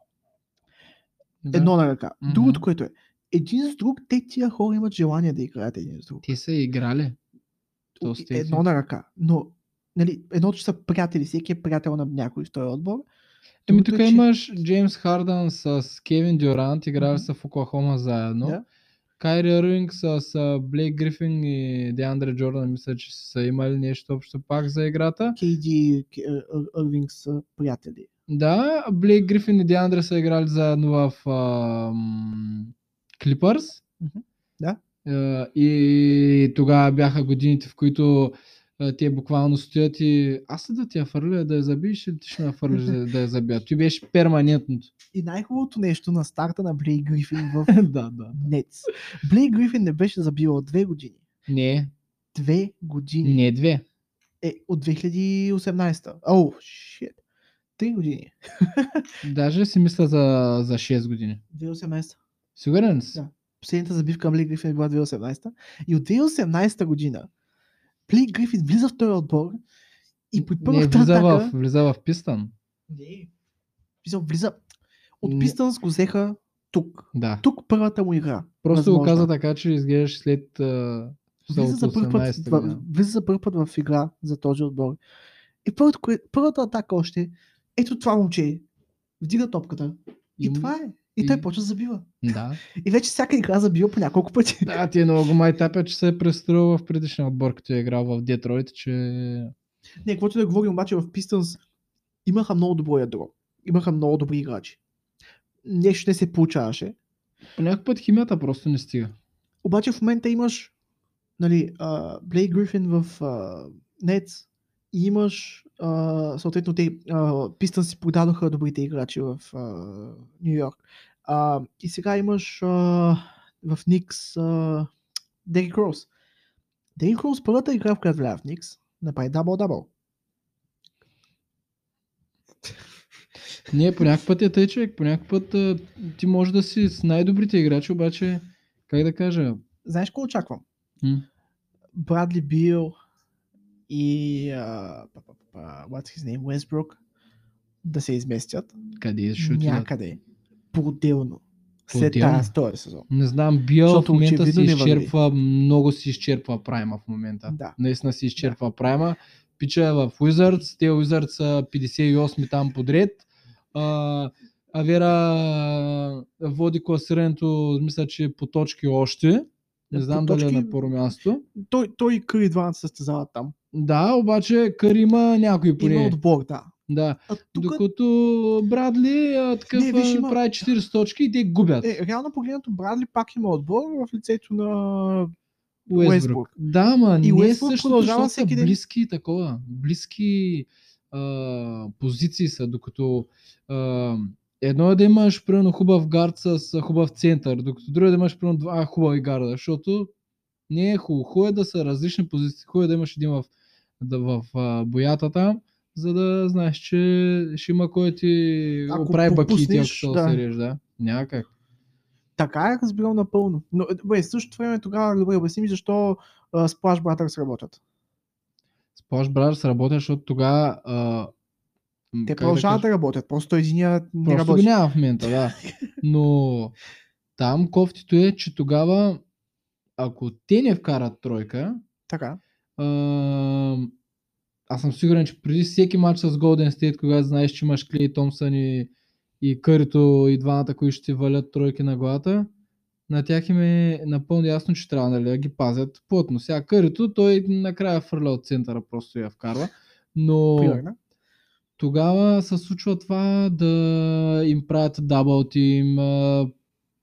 [SPEAKER 2] Да.
[SPEAKER 1] Едно на ръка.
[SPEAKER 2] Мгм.
[SPEAKER 1] Другото, което е, един с друг, те тия хора имат желание да играят един с друг.
[SPEAKER 2] Те са играли. То с тези.
[SPEAKER 1] Едно на ръка. Но нали, едното, че са приятели, всеки е приятел на някой в този отбор.
[SPEAKER 2] Еми
[SPEAKER 1] Другото
[SPEAKER 2] Ами тук
[SPEAKER 1] е, че-
[SPEAKER 2] имаш Джеймс Хардън с Кевин Дюрант, играли са в Оклахома заедно.
[SPEAKER 1] Да.
[SPEAKER 2] Кайри Ирвинг с, с Блейк Грифин и Деандре Джордан мисля, че са имали нещо общо пак за играта.
[SPEAKER 1] Кейди е и Ирвинг са приятели.
[SPEAKER 2] Да, Блейк Грифин и Деандре са играли заедно в ам, Clippers.
[SPEAKER 1] Мгм, да.
[SPEAKER 2] А, И тогава бяха годините, в които а, те буквално стоят и аз ли да ти я фърля, да я забиеш или ти ще ме фърлиш да, да я забия. Той беше перманентното.
[SPEAKER 1] И най-хубавото нещо на старта на Блей Грифин в
[SPEAKER 2] да, да.
[SPEAKER 1] Нец. Блей Грифин не беше забил от две години.
[SPEAKER 2] Не,
[SPEAKER 1] Две години.
[SPEAKER 2] не две.
[SPEAKER 1] Е, от 2018. О, шит. Три години.
[SPEAKER 2] Даже си мисля за, за 6 години.
[SPEAKER 1] 2018.
[SPEAKER 2] Сигурен ли си?
[SPEAKER 1] Да. Последната забивка на Блей Грифин е била 2018. И от 2018 година Блей Грифин влиза в този отбор и при
[SPEAKER 2] не,
[SPEAKER 1] първата
[SPEAKER 2] влиза в,
[SPEAKER 1] атака...
[SPEAKER 2] влиза в пистан.
[SPEAKER 1] Не. Мисъл, влиза. От
[SPEAKER 2] Не.
[SPEAKER 1] Пистънс го взеха тук.
[SPEAKER 2] Да.
[SPEAKER 1] Тук първата му игра.
[SPEAKER 2] Просто
[SPEAKER 1] възможна.
[SPEAKER 2] го каза е така, че изглеждаш след... а,
[SPEAKER 1] Влиза за, първи път,
[SPEAKER 2] 18-та
[SPEAKER 1] в-
[SPEAKER 2] година.
[SPEAKER 1] влиза за първи път в игра за този отбор. И първото, кое- първата атака още, ето това момче, вдига топката. И,
[SPEAKER 2] Им-
[SPEAKER 1] това е. И, той
[SPEAKER 2] и-
[SPEAKER 1] почва да забива.
[SPEAKER 2] Да.
[SPEAKER 1] И вече всяка игра забива по няколко пъти.
[SPEAKER 2] Да, ти е много майтапя, че се е престрел в предишния отбор, като е играл в Детройт, че...
[SPEAKER 1] Не, каквото да говорим обаче в Pistons имаха много добро ядро. Имаха много добри играчи. Нещо не се получаваше.
[SPEAKER 2] По някакъв път химията просто не стига.
[SPEAKER 1] Обаче в момента имаш нали, а, Блейк Грифин в Нец и имаш а, съответно те Пистън си продадоха добрите играчи в Нью Йорк. А, и сега имаш а, в Никс а, Дерик Роуз. Дерик Роуз първата игра, в която вляза в Никс, направи дабл-дабл.
[SPEAKER 2] Не, по някакъв път е тъй, човек. По някакъв път а, ти може да си с най-добрите играчи, обаче, как да кажа,
[SPEAKER 1] Знаеш какво очаквам?
[SPEAKER 2] М.
[SPEAKER 1] Брадли Бил и а, па, па, па, па, what's his name, Westbrook да се изместят
[SPEAKER 2] къде е ще отидат?
[SPEAKER 1] някъде по-отделно след
[SPEAKER 2] По-отделно?
[SPEAKER 1] тази този сезон.
[SPEAKER 2] Не знам, Бил в
[SPEAKER 1] Защото
[SPEAKER 2] момента се
[SPEAKER 1] очевидно не върви.
[SPEAKER 2] изчерпва, много се изчерпва прайма в момента.
[SPEAKER 1] Да.
[SPEAKER 2] Наистина се изчерпва прайма. Пича е в Wizards, те Wizards са 58 там подред. А, Авера води класирането, мисля, че по точки още. Не
[SPEAKER 1] По
[SPEAKER 2] знам дали е
[SPEAKER 1] точки-
[SPEAKER 2] на първо място.
[SPEAKER 1] Той, той и Къри двамата се състезават там.
[SPEAKER 2] Да, обаче Кър има някой
[SPEAKER 1] Има
[SPEAKER 2] поне.
[SPEAKER 1] отбор, да.
[SPEAKER 2] Да.
[SPEAKER 1] А тук,
[SPEAKER 2] Докато Брадли а, такъв
[SPEAKER 1] Не, виж,
[SPEAKER 2] а,
[SPEAKER 1] има-
[SPEAKER 2] прави 40 точки и те губят.
[SPEAKER 1] е, реално погледнато, Брадли пак има отбор в лицето на Уестбрук.
[SPEAKER 2] Да, ма,
[SPEAKER 1] И
[SPEAKER 2] не е
[SPEAKER 1] Уестбрук
[SPEAKER 2] също,
[SPEAKER 1] продължава
[SPEAKER 2] защото са
[SPEAKER 1] всеки ден.
[SPEAKER 2] близки и такова. Близки а, позиции са, докато а, едно е да имаш примерно хубав гард с а, хубав център, докато друго е да имаш примерно два хубави гарда, защото не е хубаво. Хубаво е да са различни позиции. Хубаво е да имаш един в, да, в а, боята там, за да знаеш, че ще има кой ти
[SPEAKER 1] Ако
[SPEAKER 2] оправи баките, ако
[SPEAKER 1] пропуснеш,
[SPEAKER 2] ще
[SPEAKER 1] да.
[SPEAKER 2] да. се реж, да. Някак.
[SPEAKER 1] Така е разбирал напълно. Но е, добре, същото време тогава, добре, обясни ми защо а, Splash Brothers работят.
[SPEAKER 2] С Posh Brothers работя, защото тогава... а, м,
[SPEAKER 1] Те
[SPEAKER 2] как да
[SPEAKER 1] продължават
[SPEAKER 2] кажа?
[SPEAKER 1] да, работят, просто единия не
[SPEAKER 2] Просто
[SPEAKER 1] работи.
[SPEAKER 2] го няма в момента, да. Но там кофтито е, че тогава, ако те не вкарат тройка,
[SPEAKER 1] Така.
[SPEAKER 2] ам, аз съм сигурен, че преди всеки матч с Golden State, когато знаеш, че имаш Клей Томпсън и, и Кърито и двамата, които ще ти валят тройки на главата, на тях им е напълно ясно, че трябва нали, да ги пазят плътно. Сега Кърито, той накрая фърля от центъра, просто я вкарва. Но
[SPEAKER 1] Примерно.
[SPEAKER 2] тогава се случва това да им правят дабъл тим, а,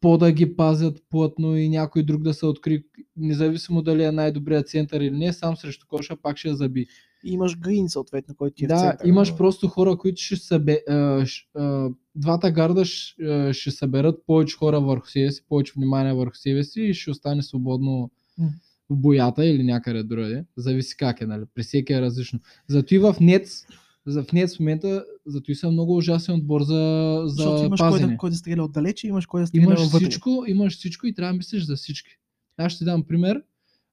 [SPEAKER 2] по да ги пазят плътно и някой друг да се откри, независимо дали е най-добрият център или не, сам срещу коша пак ще я заби.
[SPEAKER 1] И имаш Грин, съответно, който ти е в
[SPEAKER 2] Да,
[SPEAKER 1] центъра.
[SPEAKER 2] имаш просто хора, които ще събе, а, ш, а, двата гарда ш, а, ще съберат повече хора върху себе си, повече внимание върху себе си и ще остане свободно
[SPEAKER 1] М.
[SPEAKER 2] в боята или някъде другаде. Зависи как е, нали? При всеки е различно. Зато и в Нец, за в Нец в момента, зато и са много ужасен отбор за,
[SPEAKER 1] Защото
[SPEAKER 2] за
[SPEAKER 1] имаш кой
[SPEAKER 2] пазене.
[SPEAKER 1] да, кой да стреля отдалече, имаш кой да стреля
[SPEAKER 2] Имаш
[SPEAKER 1] вътре.
[SPEAKER 2] всичко, имаш всичко и трябва да мислиш за всички. Аз ще ти дам пример.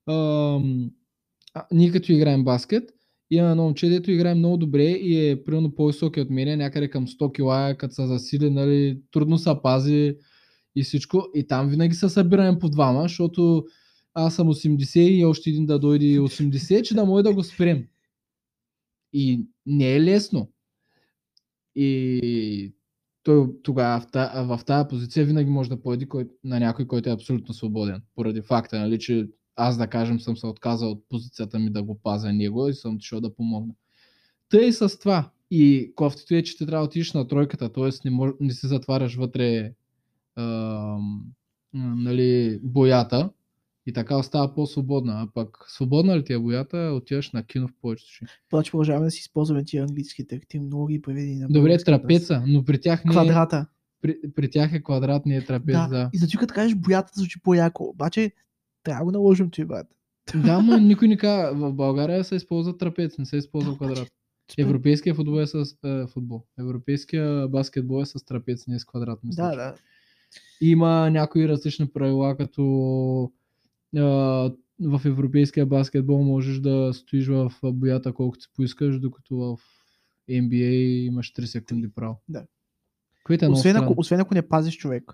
[SPEAKER 2] Ам, а, ние като играем баскет, имам едно момче, дето играе много добре и е примерно по-високи от мене, някъде към 100 кила, като са засили, нали, трудно се пази и всичко. И там винаги се събираме по двама, защото аз съм 80 и още един да дойде и 80, че да може да го спрем. И не е лесно. И той тогава в, та, в тази позиция винаги може да поеди кой, на някой, който е абсолютно свободен. Поради факта, нали, че аз да кажем съм се отказал от позицията ми да го пазя него и съм отишъл да помогна. Тъй и с това. И кофтито е, че ти трябва да отидеш на тройката, т.е. Не, мож, не си затваряш вътре а, нали, боята и така остава по-свободна. А пък свободна ли ти е боята, отиваш на кино в повечето случаи.
[SPEAKER 1] Повече продължаваме да си използваме тия английските терминологии, преведени на
[SPEAKER 2] Добре,
[SPEAKER 1] български, да са-
[SPEAKER 2] трапеца, но при тях, не е,
[SPEAKER 1] Квадрата.
[SPEAKER 2] при, при тях е квадратният трапец.
[SPEAKER 1] Да.
[SPEAKER 2] Да. да.
[SPEAKER 1] И значи като кажеш боята звучи по-яко, обаче трябва да го наложим ти, брат.
[SPEAKER 2] Да, ма никой не казва. В България се използва трапец, не се използва
[SPEAKER 1] Да,
[SPEAKER 2] квадрат.
[SPEAKER 1] Спе-
[SPEAKER 2] Европейския футбол е с е, футбол. Европейския баскетбол е с трапец, не с квадрат. Мисля,
[SPEAKER 1] Да,
[SPEAKER 2] че.
[SPEAKER 1] да.
[SPEAKER 2] Има някои различни правила, като е, в европейския баскетбол можеш да стоиш в боята колкото си поискаш, докато в NBA имаш 3 секунди право.
[SPEAKER 1] Да.
[SPEAKER 2] Което е много
[SPEAKER 1] Освен ако,
[SPEAKER 2] странно.
[SPEAKER 1] освен ако не пазиш човек.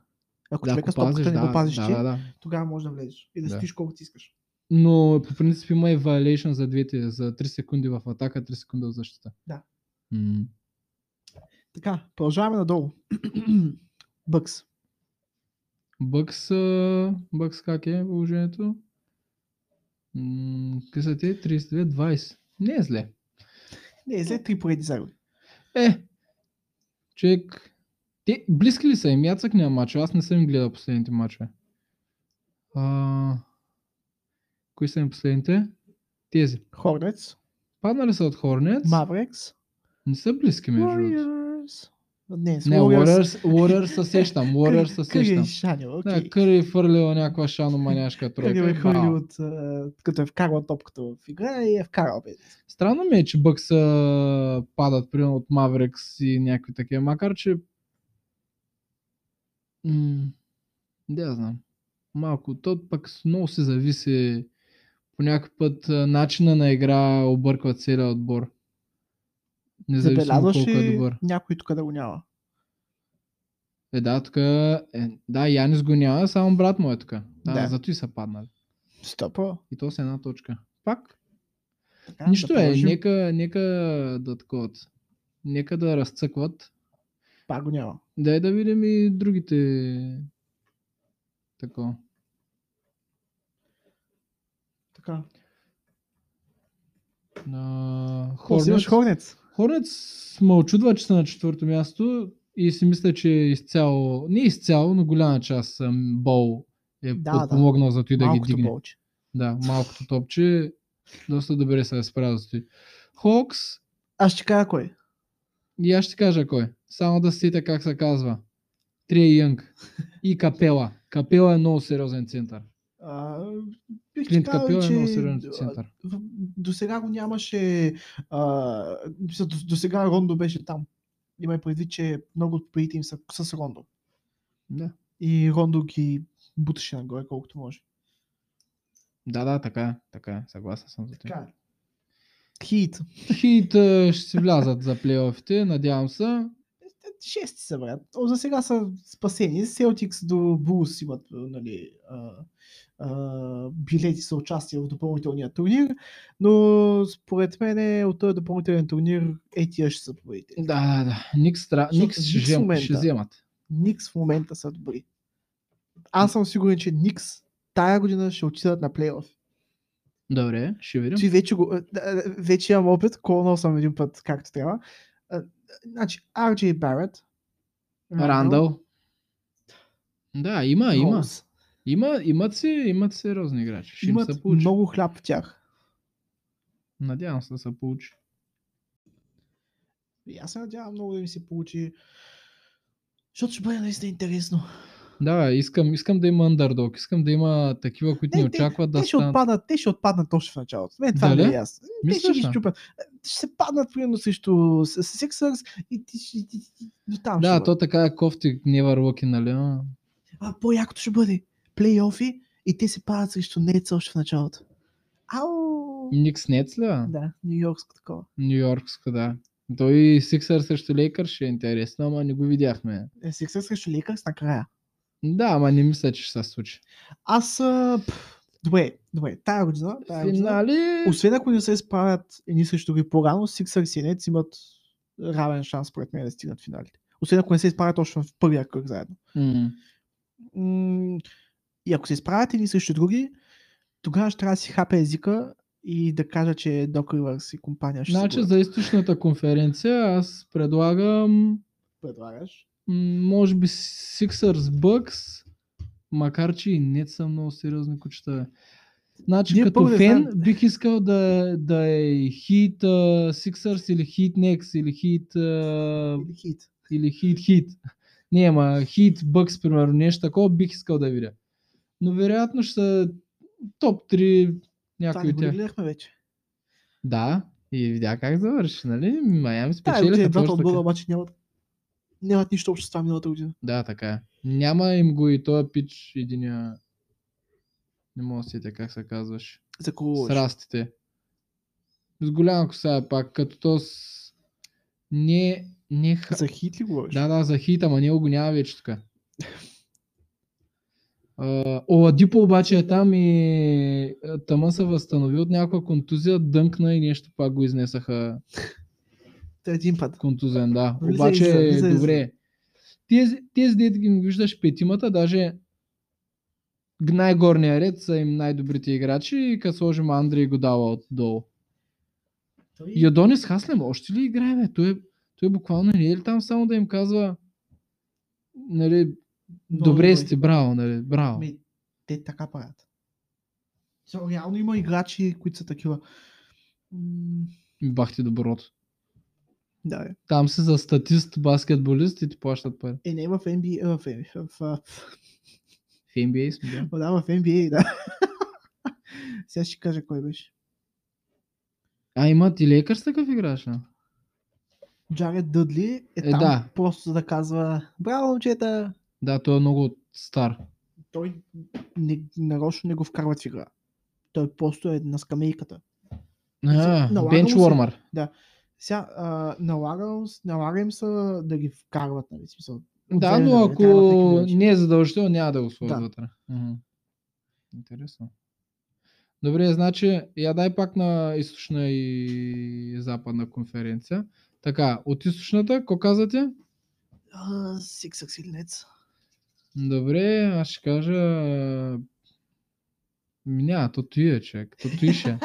[SPEAKER 1] Ако
[SPEAKER 2] Да,
[SPEAKER 1] човека
[SPEAKER 2] ако
[SPEAKER 1] стопката
[SPEAKER 2] пазиш,
[SPEAKER 1] не го
[SPEAKER 2] да,
[SPEAKER 1] пазиш
[SPEAKER 2] да,
[SPEAKER 1] ти,
[SPEAKER 2] да, да.
[SPEAKER 1] тогава можеш да влезеш и да,
[SPEAKER 2] Да.
[SPEAKER 1] стоиш колкото си искаш.
[SPEAKER 2] Но по принцип има и violation за двете. За 3 секунди в атака, 3 секунди в защита.
[SPEAKER 1] Да.
[SPEAKER 2] М.
[SPEAKER 1] Така, продължаваме надолу. Бъкс.
[SPEAKER 2] Бъкс, а, Бъкс как е положението? М, Къде са те? 32, 20. Не е зле.
[SPEAKER 1] Не, след три поредни загуби.
[SPEAKER 2] Е, човек, те близки ли са им? Яцък няма мача. Аз не съм им гледал последните мачове. А, кои са им последните? Тези.
[SPEAKER 1] Хорнец,
[SPEAKER 2] Паднали са от Хорнец.
[SPEAKER 1] Маврекс,
[SPEAKER 2] Не са близки между другото.
[SPEAKER 1] Warriors. Не, с
[SPEAKER 2] Не,
[SPEAKER 1] Warriors.
[SPEAKER 2] Warriors, Warriors се сещам. Warriors се
[SPEAKER 1] е
[SPEAKER 2] сещам.
[SPEAKER 1] Шанил, окей.
[SPEAKER 2] Да, Къри е фърлила някаква шаноманяшка
[SPEAKER 1] Къде е
[SPEAKER 2] тройка.
[SPEAKER 1] хвърли
[SPEAKER 2] Вау.
[SPEAKER 1] от... а, Като е вкарал топката в игра и е вкарал бе.
[SPEAKER 2] Странно ми е, че Бъкс а, падат, примерно от Маверикс и някакви такива, макар че... М- да я знам. Малко. То пък с- много се зависи. По някакъв път а, начина на игра обърква целият отбор. Независимо
[SPEAKER 1] Забелязваш
[SPEAKER 2] колко е
[SPEAKER 1] ли
[SPEAKER 2] добър.
[SPEAKER 1] някой тук да го няма?
[SPEAKER 2] Е, да, тук... Е, да, Янис го няма, само брат му е тук. Да,
[SPEAKER 1] Да.
[SPEAKER 2] зато и са паднали.
[SPEAKER 1] Стопа.
[SPEAKER 2] И то с една точка. Пак
[SPEAKER 1] Така,
[SPEAKER 2] Нищо
[SPEAKER 1] да
[SPEAKER 2] е,
[SPEAKER 1] продължим.
[SPEAKER 2] нека, нека да таковат. Нека да разцъкват.
[SPEAKER 1] Пак го няма.
[SPEAKER 2] Дай да видим и другите. Тако.
[SPEAKER 1] Така.
[SPEAKER 2] На...
[SPEAKER 1] Хорнец.
[SPEAKER 2] Хорнец.
[SPEAKER 1] Хорнец.
[SPEAKER 2] Хорнец ме очудва, че са на четвърто място и си мисля, че изцяло, не изцяло, но голяма част ам, Бол
[SPEAKER 1] Да,
[SPEAKER 2] е да,
[SPEAKER 1] да.
[SPEAKER 2] подпомогнал за той да ги
[SPEAKER 1] Малкото
[SPEAKER 2] дигне.
[SPEAKER 1] повече.
[SPEAKER 2] Да, малкото топче доста добре се е справил за той. Хокс,
[SPEAKER 1] Аз ще кажа кой.
[SPEAKER 2] и аз ще кажа кой. Само да сета как се казва. Трия Йънг и Капела. Капела е много сериозен център.
[SPEAKER 1] А, бих ти
[SPEAKER 2] Клинт
[SPEAKER 1] казал,
[SPEAKER 2] Капела е
[SPEAKER 1] че,
[SPEAKER 2] много сериозен
[SPEAKER 1] а,
[SPEAKER 2] център.
[SPEAKER 1] в- До сега го нямаше. А, мисля, до, до сега Рондо беше там. Имай предвид, че много от парите им са с Рондо.
[SPEAKER 2] Да.
[SPEAKER 1] И Рондо ги буташе нагоре колкото може.
[SPEAKER 2] Да, да, така е. Така е. Съгласен съм за това.
[SPEAKER 1] Така. е. Хит.
[SPEAKER 2] Хит а, ще си влязат за плейофите, надявам се.
[SPEAKER 1] Шести са, брат. О, За сега са спасени. Селтикс до Булс имат нали, а, а, билети за участие в допълнителния турнир, но според мен от този допълнителен турнир етия ще са победители.
[SPEAKER 2] Да, да, да. Никс, тра...
[SPEAKER 1] Защото
[SPEAKER 2] Никс ще,
[SPEAKER 1] Никс в
[SPEAKER 2] взем...
[SPEAKER 1] момента-
[SPEAKER 2] ще вземат.
[SPEAKER 1] Никс в момента са добри. Аз съм сигурен, че Никс тая година ще отидат на плейоф.
[SPEAKER 2] Добре, ще видим.
[SPEAKER 1] Ти вече, го, а, а, вече имам опит, колнал съм един път както трябва. А, а, Значи, RJ Barrett,
[SPEAKER 2] Рандъл. Да, има, има.
[SPEAKER 1] Роуз.
[SPEAKER 2] Има, имат си, имат сериозни играчи. Ще им се
[SPEAKER 1] Имат
[SPEAKER 2] получи.
[SPEAKER 1] много хляб в тях.
[SPEAKER 2] Надявам се да се получи.
[SPEAKER 1] И аз се надявам много да ми се получи. Защото ще бъде наистина интересно.
[SPEAKER 2] Да, искам, искам да има андердог, искам да има такива, които
[SPEAKER 1] Не,
[SPEAKER 2] не, очакват
[SPEAKER 1] те,
[SPEAKER 2] да
[SPEAKER 1] ще
[SPEAKER 2] станат.
[SPEAKER 1] отпаднат, те ще отпаднат още в началото. Не, това
[SPEAKER 2] Дали?
[SPEAKER 1] не е ясно. Те ще
[SPEAKER 2] Мислиш
[SPEAKER 1] ги
[SPEAKER 2] ли?
[SPEAKER 1] щупят. Ще се паднат примерно срещу с- с- Сиксърс и ти ще... ти- ти- ти- До там ще
[SPEAKER 2] Да,
[SPEAKER 1] бъде.
[SPEAKER 2] то така е кофти Never Walking, нали? а?
[SPEAKER 1] А по-якото ще бъде плейофи и те се падат срещу Нец още в началото. Ау!
[SPEAKER 2] Никс Нец ли? Да.
[SPEAKER 1] Да, Нью Йоркско такова.
[SPEAKER 2] Нью Йоркска, да. Той Сиксър срещу Лейкър ще е интересно, ама не го видяхме.
[SPEAKER 1] Е, Сиксърс срещу Лейкърс накрая.
[SPEAKER 2] Да, ама не мисля, че ще се случи.
[SPEAKER 1] Аз... а, пф, Добре, добре, тая година, тая е година
[SPEAKER 2] Финали...
[SPEAKER 1] Освен ако не се изправят едни срещу други по-рано, Сиксърс и Нец имат равен шанс, според мен, да стигнат финалите. Освен ако не се изправят точно в първия кръг заедно.
[SPEAKER 2] М.
[SPEAKER 1] М, И ако се изправят едни срещу други, тогава ще трябва да си хапе езика и да кажа, че Док Ривърс и компания ще
[SPEAKER 2] Значи
[SPEAKER 1] се
[SPEAKER 2] за източната конференция аз предлагам
[SPEAKER 1] предлагаш.
[SPEAKER 2] м, може би Sixers Bucks, макар че и не са много сериозни кучета. бе. Значи
[SPEAKER 1] Ние
[SPEAKER 2] като
[SPEAKER 1] първо не
[SPEAKER 2] фен
[SPEAKER 1] знаем.
[SPEAKER 2] бих искал да, да е Heat uh, Sixers или Heat Next или Heat uh,
[SPEAKER 1] Или хит.
[SPEAKER 2] или хит хит. Не, ама хит бъкс, примерно, нещо такова бих искал да видя. Но вероятно ще са топ 3
[SPEAKER 1] Това
[SPEAKER 2] някои
[SPEAKER 1] не
[SPEAKER 2] от
[SPEAKER 1] го ли
[SPEAKER 2] тях.
[SPEAKER 1] гледахме вече.
[SPEAKER 2] Да, и видя как завърши, нали? Майами
[SPEAKER 1] Да, е, че
[SPEAKER 2] спечелиха
[SPEAKER 1] двата
[SPEAKER 2] точно
[SPEAKER 1] отбора
[SPEAKER 2] така.
[SPEAKER 1] обаче нямат, нямат нищо общо с това миналата година.
[SPEAKER 2] Да, така е. Няма им го и този пич единия... Не мога да се сетя как се казваш.
[SPEAKER 1] За
[SPEAKER 2] С
[SPEAKER 1] кого
[SPEAKER 2] растите. С голяма коса е пак, като то с... Не... Не... ха-
[SPEAKER 1] За хит ли говориш?
[SPEAKER 2] Да, да, за хит, ама него го няма вече така. А, Оладипо обаче е там и а, тама се възстанови от някаква контузия, дънкна и нещо пак го изнесаха
[SPEAKER 1] Та един път.
[SPEAKER 2] контузен, да.
[SPEAKER 1] Влиза
[SPEAKER 2] Обаче
[SPEAKER 1] излиза, влиза
[SPEAKER 2] е
[SPEAKER 1] излиза.
[SPEAKER 2] добре. Тези, тези дете ги виждаш петимата, даже най-горния ред са им най-добрите играчи и като сложим Андрей го дава отдолу. Ядонис Хаслем още ли играе, бе? Той, е, той буквално не е ли там само да им казва нали,
[SPEAKER 1] Много
[SPEAKER 2] добре
[SPEAKER 1] добре.
[SPEAKER 2] сте, браво, нали, браво.
[SPEAKER 1] Ами, те така правят. So, реално има играчи, които са такива. М,
[SPEAKER 2] Ми бахте доброто.
[SPEAKER 1] Да, е.
[SPEAKER 2] Там си за статист, баскетболист и ти плащат пари.
[SPEAKER 1] Е, не в NBA, а, в, NBA, в, а,
[SPEAKER 2] В NBA сме, да.
[SPEAKER 1] в, да, в NBA, да. Сега ще кажа кой беше.
[SPEAKER 2] А имат и лекар с такъв играч, не?
[SPEAKER 1] Джаред Дъдли е,
[SPEAKER 2] Е,
[SPEAKER 1] там
[SPEAKER 2] да.
[SPEAKER 1] просто за да казва Браво, момчета!
[SPEAKER 2] Да, той е много стар.
[SPEAKER 1] Той не, нарочно не го вкарват в игра. Той просто е на скамейката.
[SPEAKER 2] А,
[SPEAKER 1] налагало
[SPEAKER 2] бенч
[SPEAKER 1] се.
[SPEAKER 2] вормър.
[SPEAKER 1] Сега, а, налага, налага им се да ги вкарват, нали? в Смисъл, от
[SPEAKER 2] Да,
[SPEAKER 1] време
[SPEAKER 2] но
[SPEAKER 1] на време
[SPEAKER 2] ако
[SPEAKER 1] трябва да ги научиш.
[SPEAKER 2] не е задължително, няма да го сложат
[SPEAKER 1] Да.
[SPEAKER 2] вътре. Мгм. Интересно. Добре, значи, я дай пак на източна и западна конференция. Така, от източната, какво казвате?
[SPEAKER 1] А, Сиксъкс или Нец.
[SPEAKER 2] Добре, аз ще кажа... Ми няма, то ти е, човек. То ти ще.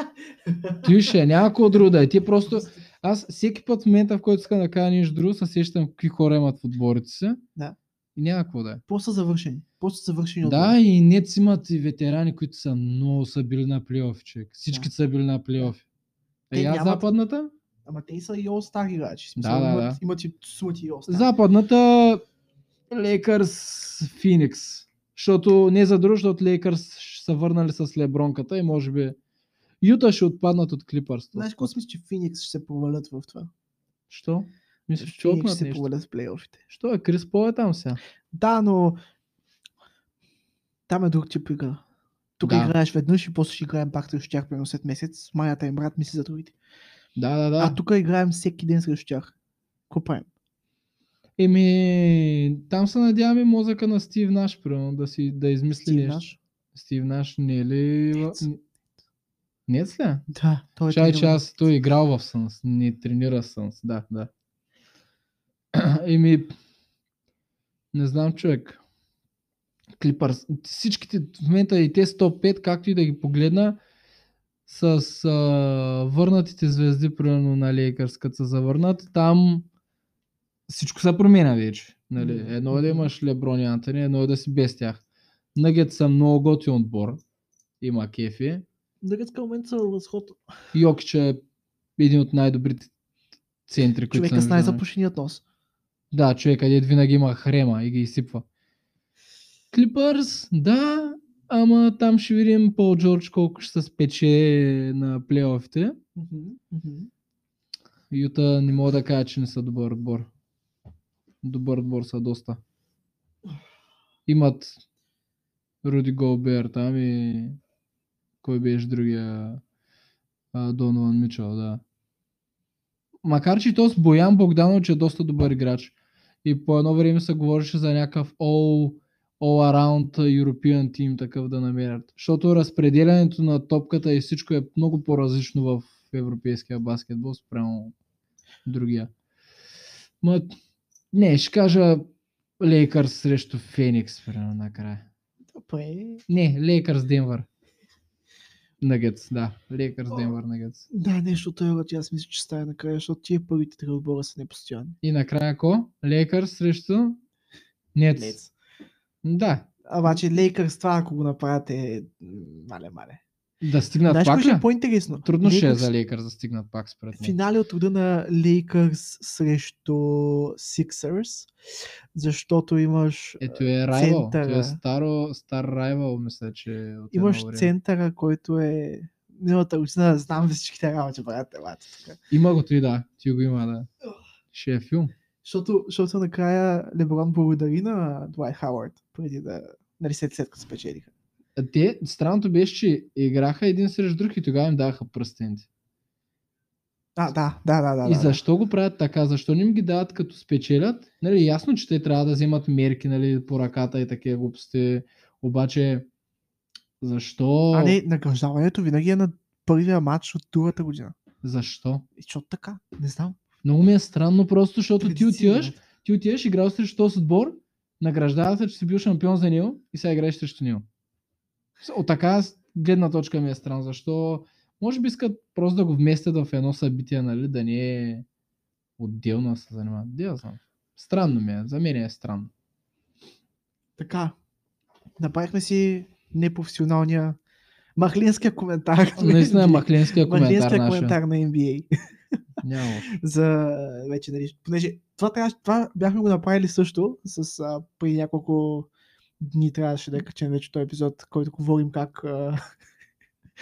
[SPEAKER 2] Ти ще, няма какво друго да е. Ти просто... Аз всеки път в момента, в който искам да кажа нещо друго, се сещам какви хора имат в отборите си.
[SPEAKER 1] Да.
[SPEAKER 2] И няма какво да е.
[SPEAKER 1] Просто са завършени. Просто са завършени
[SPEAKER 2] Да, и Нец имат и ветерани, които са много са били на плейофи, човек. Всички са били на плейофи. Е, А
[SPEAKER 1] Те
[SPEAKER 2] я
[SPEAKER 1] нямат-
[SPEAKER 2] западната?
[SPEAKER 1] Ама те са и All-Star играчи. в Смисъл,
[SPEAKER 2] Да, да,
[SPEAKER 1] имат,
[SPEAKER 2] да.
[SPEAKER 1] имат и сумати и All-Star.
[SPEAKER 2] Западната Лекърс Феникс. Защото не за друго, защото Лейкърс ще са върнали с Лебронката и може би Юта ще отпаднат от Клипърс.
[SPEAKER 1] Знаеш, какво си мисля, че Феникс ще се провалят в това?
[SPEAKER 2] Що? Мислиш,
[SPEAKER 1] Феникс
[SPEAKER 2] че
[SPEAKER 1] ще
[SPEAKER 2] отнат
[SPEAKER 1] се
[SPEAKER 2] нещо.
[SPEAKER 1] провалят в плейофите.
[SPEAKER 2] Що е? Крис Пол е там сега.
[SPEAKER 1] Да, но... Там е друг тип игра. Тук
[SPEAKER 2] Да.
[SPEAKER 1] играеш веднъж и после ще играем пак срещу тях, примерно след месец. Майната им брат мисли за другите.
[SPEAKER 2] Да, да, да.
[SPEAKER 1] А тук играем всеки ден срещу тях. Какво правим?
[SPEAKER 2] Еми, там се надяваме мозъка на Стив Наш, примерно, да, си, да измисли
[SPEAKER 1] Ти
[SPEAKER 2] нещо.
[SPEAKER 1] наш?
[SPEAKER 2] Стив Наш не е ли... в-
[SPEAKER 1] Нец.
[SPEAKER 2] Н- Нец ли? е?
[SPEAKER 1] Да, той е
[SPEAKER 2] Чай, че
[SPEAKER 1] трениран.
[SPEAKER 2] аз той е играл в Сънс, не тренира в Сънс, да, да. Еми, не знам човек. Клипърс, всичките в момента и те 105, както и да ги погледна, с а, върнатите звезди, примерно на Лейкърс, като са завърнат, там всичко се променя вече. Нали?
[SPEAKER 1] Мгм.
[SPEAKER 2] Едно е да имаш Леброн и Антони, едно е да си без тях. Нагет са много готин отбор. Има кефи.
[SPEAKER 1] Дали към момент са възход.
[SPEAKER 2] Йокич е един от най-добрите центри, които
[SPEAKER 1] Човека с
[SPEAKER 2] съм виждал.
[SPEAKER 1] най-запушеният нос.
[SPEAKER 2] Да, човек, където винаги има хрема и ги изсипва. Клипърс, да, ама там ще видим Пол Джордж колко ще се спече на плейофите.
[SPEAKER 1] Мгм, мгм.
[SPEAKER 2] Юта не мога да кажа, че не са добър отбор. Добър отбор са доста. Имат Руди Голбер там и кой беше другия а, Донован Мичел, да. Макар, че то с Боян Богданович е доста добър играч. И по едно време се говореше за някакъв all, all around European team такъв да намерят. Защото разпределянето на топката и всичко е много по-различно в европейския баскетбол спрямо другия. Ма, Не, ще кажа Лейкърс срещу Феникс, примерно, накрая.
[SPEAKER 1] Добре.
[SPEAKER 2] Не, Лейкърс Денвър. Нагетс, да. Лейкърс Денвър Нагетс.
[SPEAKER 1] Да, нещо от този род, аз мисля, че стая накрая, защото тия първите три отбора са непостоянни.
[SPEAKER 2] И накрая ко? Лейкърс срещу Нетс.
[SPEAKER 1] Нец.
[SPEAKER 2] Да.
[SPEAKER 1] Обаче Лейкърс това, ако го направите, м, мале, мале.
[SPEAKER 2] Да стигнат
[SPEAKER 1] Знаеш
[SPEAKER 2] пак
[SPEAKER 1] кое ще
[SPEAKER 2] ли?
[SPEAKER 1] е по-интересно?
[SPEAKER 2] Трудно ще е
[SPEAKER 1] Лейкърс-
[SPEAKER 2] за Лейкърс да стигнат пак според мен.
[SPEAKER 1] Финали от рода на Лейкърс срещу Сиксърс, защото имаш
[SPEAKER 2] Ето е райвал. То е
[SPEAKER 1] центъра.
[SPEAKER 2] старо, стар райвал, мисля, че е от
[SPEAKER 1] имаш
[SPEAKER 2] едно време.
[SPEAKER 1] центъра, който е миналата година, знам всичките работи, брат, елате тук.
[SPEAKER 2] Има го той, да. Ти го има, да. Ще е филм.
[SPEAKER 1] Защото, защото накрая Леброн благодари на Дуай Хауърд, преди да, нали след след като спечелиха.
[SPEAKER 2] А Те, странното беше, че играха един срещу друг и тогава им даваха пръстените.
[SPEAKER 1] А, да, да, да, да.
[SPEAKER 2] и
[SPEAKER 1] да, да.
[SPEAKER 2] защо го правят така? Защо не им ги дават като спечелят? Нали, ясно, че те трябва да вземат мерки нали, по ръката и такива глупости. Обаче, защо?
[SPEAKER 1] А не, награждаването винаги е на първия матч от другата година.
[SPEAKER 2] Защо?
[SPEAKER 1] И защото така, не знам.
[SPEAKER 2] Много ми е странно просто, защото ти
[SPEAKER 1] Традиция,
[SPEAKER 2] отиваш,
[SPEAKER 1] брат.
[SPEAKER 2] ти отиваш, играл срещу този отбор, награждава се, че си бил шампион за него и сега играеш срещу него. С- От така с- гледна точка ми е странно, защо може би искат просто да го вместят в едно събитие, нали, да не е отделно да се занимават. Де я знам. Странно ми е, за мен е странно.
[SPEAKER 1] Така, направихме си непрофесионалния махлинския коментар. на
[SPEAKER 2] Наистина е
[SPEAKER 1] NBA.
[SPEAKER 2] махленския коментар
[SPEAKER 1] Махлинския
[SPEAKER 2] нашия.
[SPEAKER 1] коментар на NBA.
[SPEAKER 2] Няма лошо.
[SPEAKER 1] за вече, нали, понеже това, трябваше, това бяхме го направили също с а, при няколко дни трябваше да е качен вече този епизод, който говорим как, а,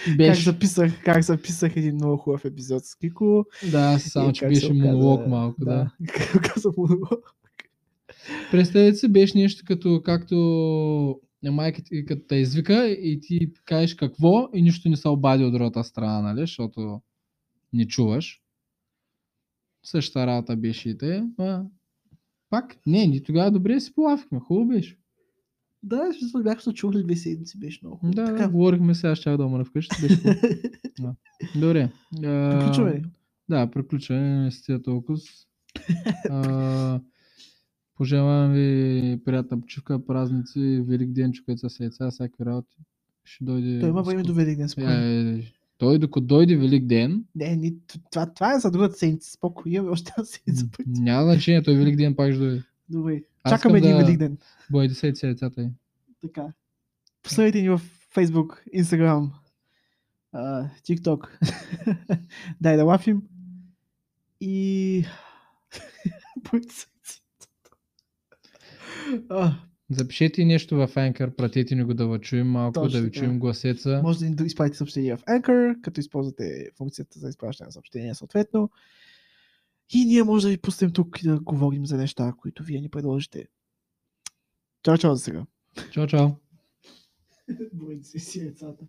[SPEAKER 1] как,
[SPEAKER 2] Беше,
[SPEAKER 1] записах, как записах един много хубав епизод с Кико.
[SPEAKER 2] да,
[SPEAKER 1] И
[SPEAKER 2] само че
[SPEAKER 1] как се
[SPEAKER 2] беше
[SPEAKER 1] оказа-
[SPEAKER 2] монолог малко, да.
[SPEAKER 1] Как каза монолог.
[SPEAKER 2] Представете си, беше нещо като както майка ти като те извика и ти кажеш какво и нищо не се обади от другата страна, нали? Защото не чуваш. Същата работа беше и те. А... Пак, не, ни тогава добре си полавихме, хубаво беше.
[SPEAKER 1] Да, в смисъл бях се чували две седмици, беше много хубаво.
[SPEAKER 2] Да, да,
[SPEAKER 1] така.
[SPEAKER 2] говорихме сега, ще да умра вкъщи, беше хубаво. да. Добре. а,
[SPEAKER 1] Приключваме ли?
[SPEAKER 2] Да, приключваме с тия толкова. А, пожелавам ви приятна почивка, празници, велик ден, чукът са яйца, всякакви работи. Ще дойде...
[SPEAKER 1] Той има време до Велик ден, спокойно.
[SPEAKER 2] Е, е, той докато дойде велик ден,
[SPEAKER 1] Не, ни, това, това е за другата седмица, спокойно, имаме още една седмица. пък.
[SPEAKER 2] няма значение, той велик ден пак ще дойде.
[SPEAKER 1] Добре,
[SPEAKER 2] Аз
[SPEAKER 1] чакаме
[SPEAKER 2] искам
[SPEAKER 1] един
[SPEAKER 2] да-
[SPEAKER 1] Велик ден.
[SPEAKER 2] Бойте се яйца, яйцата й.
[SPEAKER 1] Така. Последвайте ни в Facebook, Instagram, а, TikTok. Дай да лафим. И... Бойте се. А,
[SPEAKER 2] Запишете и нещо в Anchor, пратете ни го да ви чуем малко,
[SPEAKER 1] Точно
[SPEAKER 2] да ви
[SPEAKER 1] така.
[SPEAKER 2] чуем гласеца.
[SPEAKER 1] може да ни изпратите съобщения в Anchor, като използвате функцията за изпращане на съобщения съответно. И ние може да ви пуснем тук и да говорим за неща, които вие ни предложите. Чао, чао за сега.
[SPEAKER 2] Чао, чао!
[SPEAKER 1] Бойте се си децата.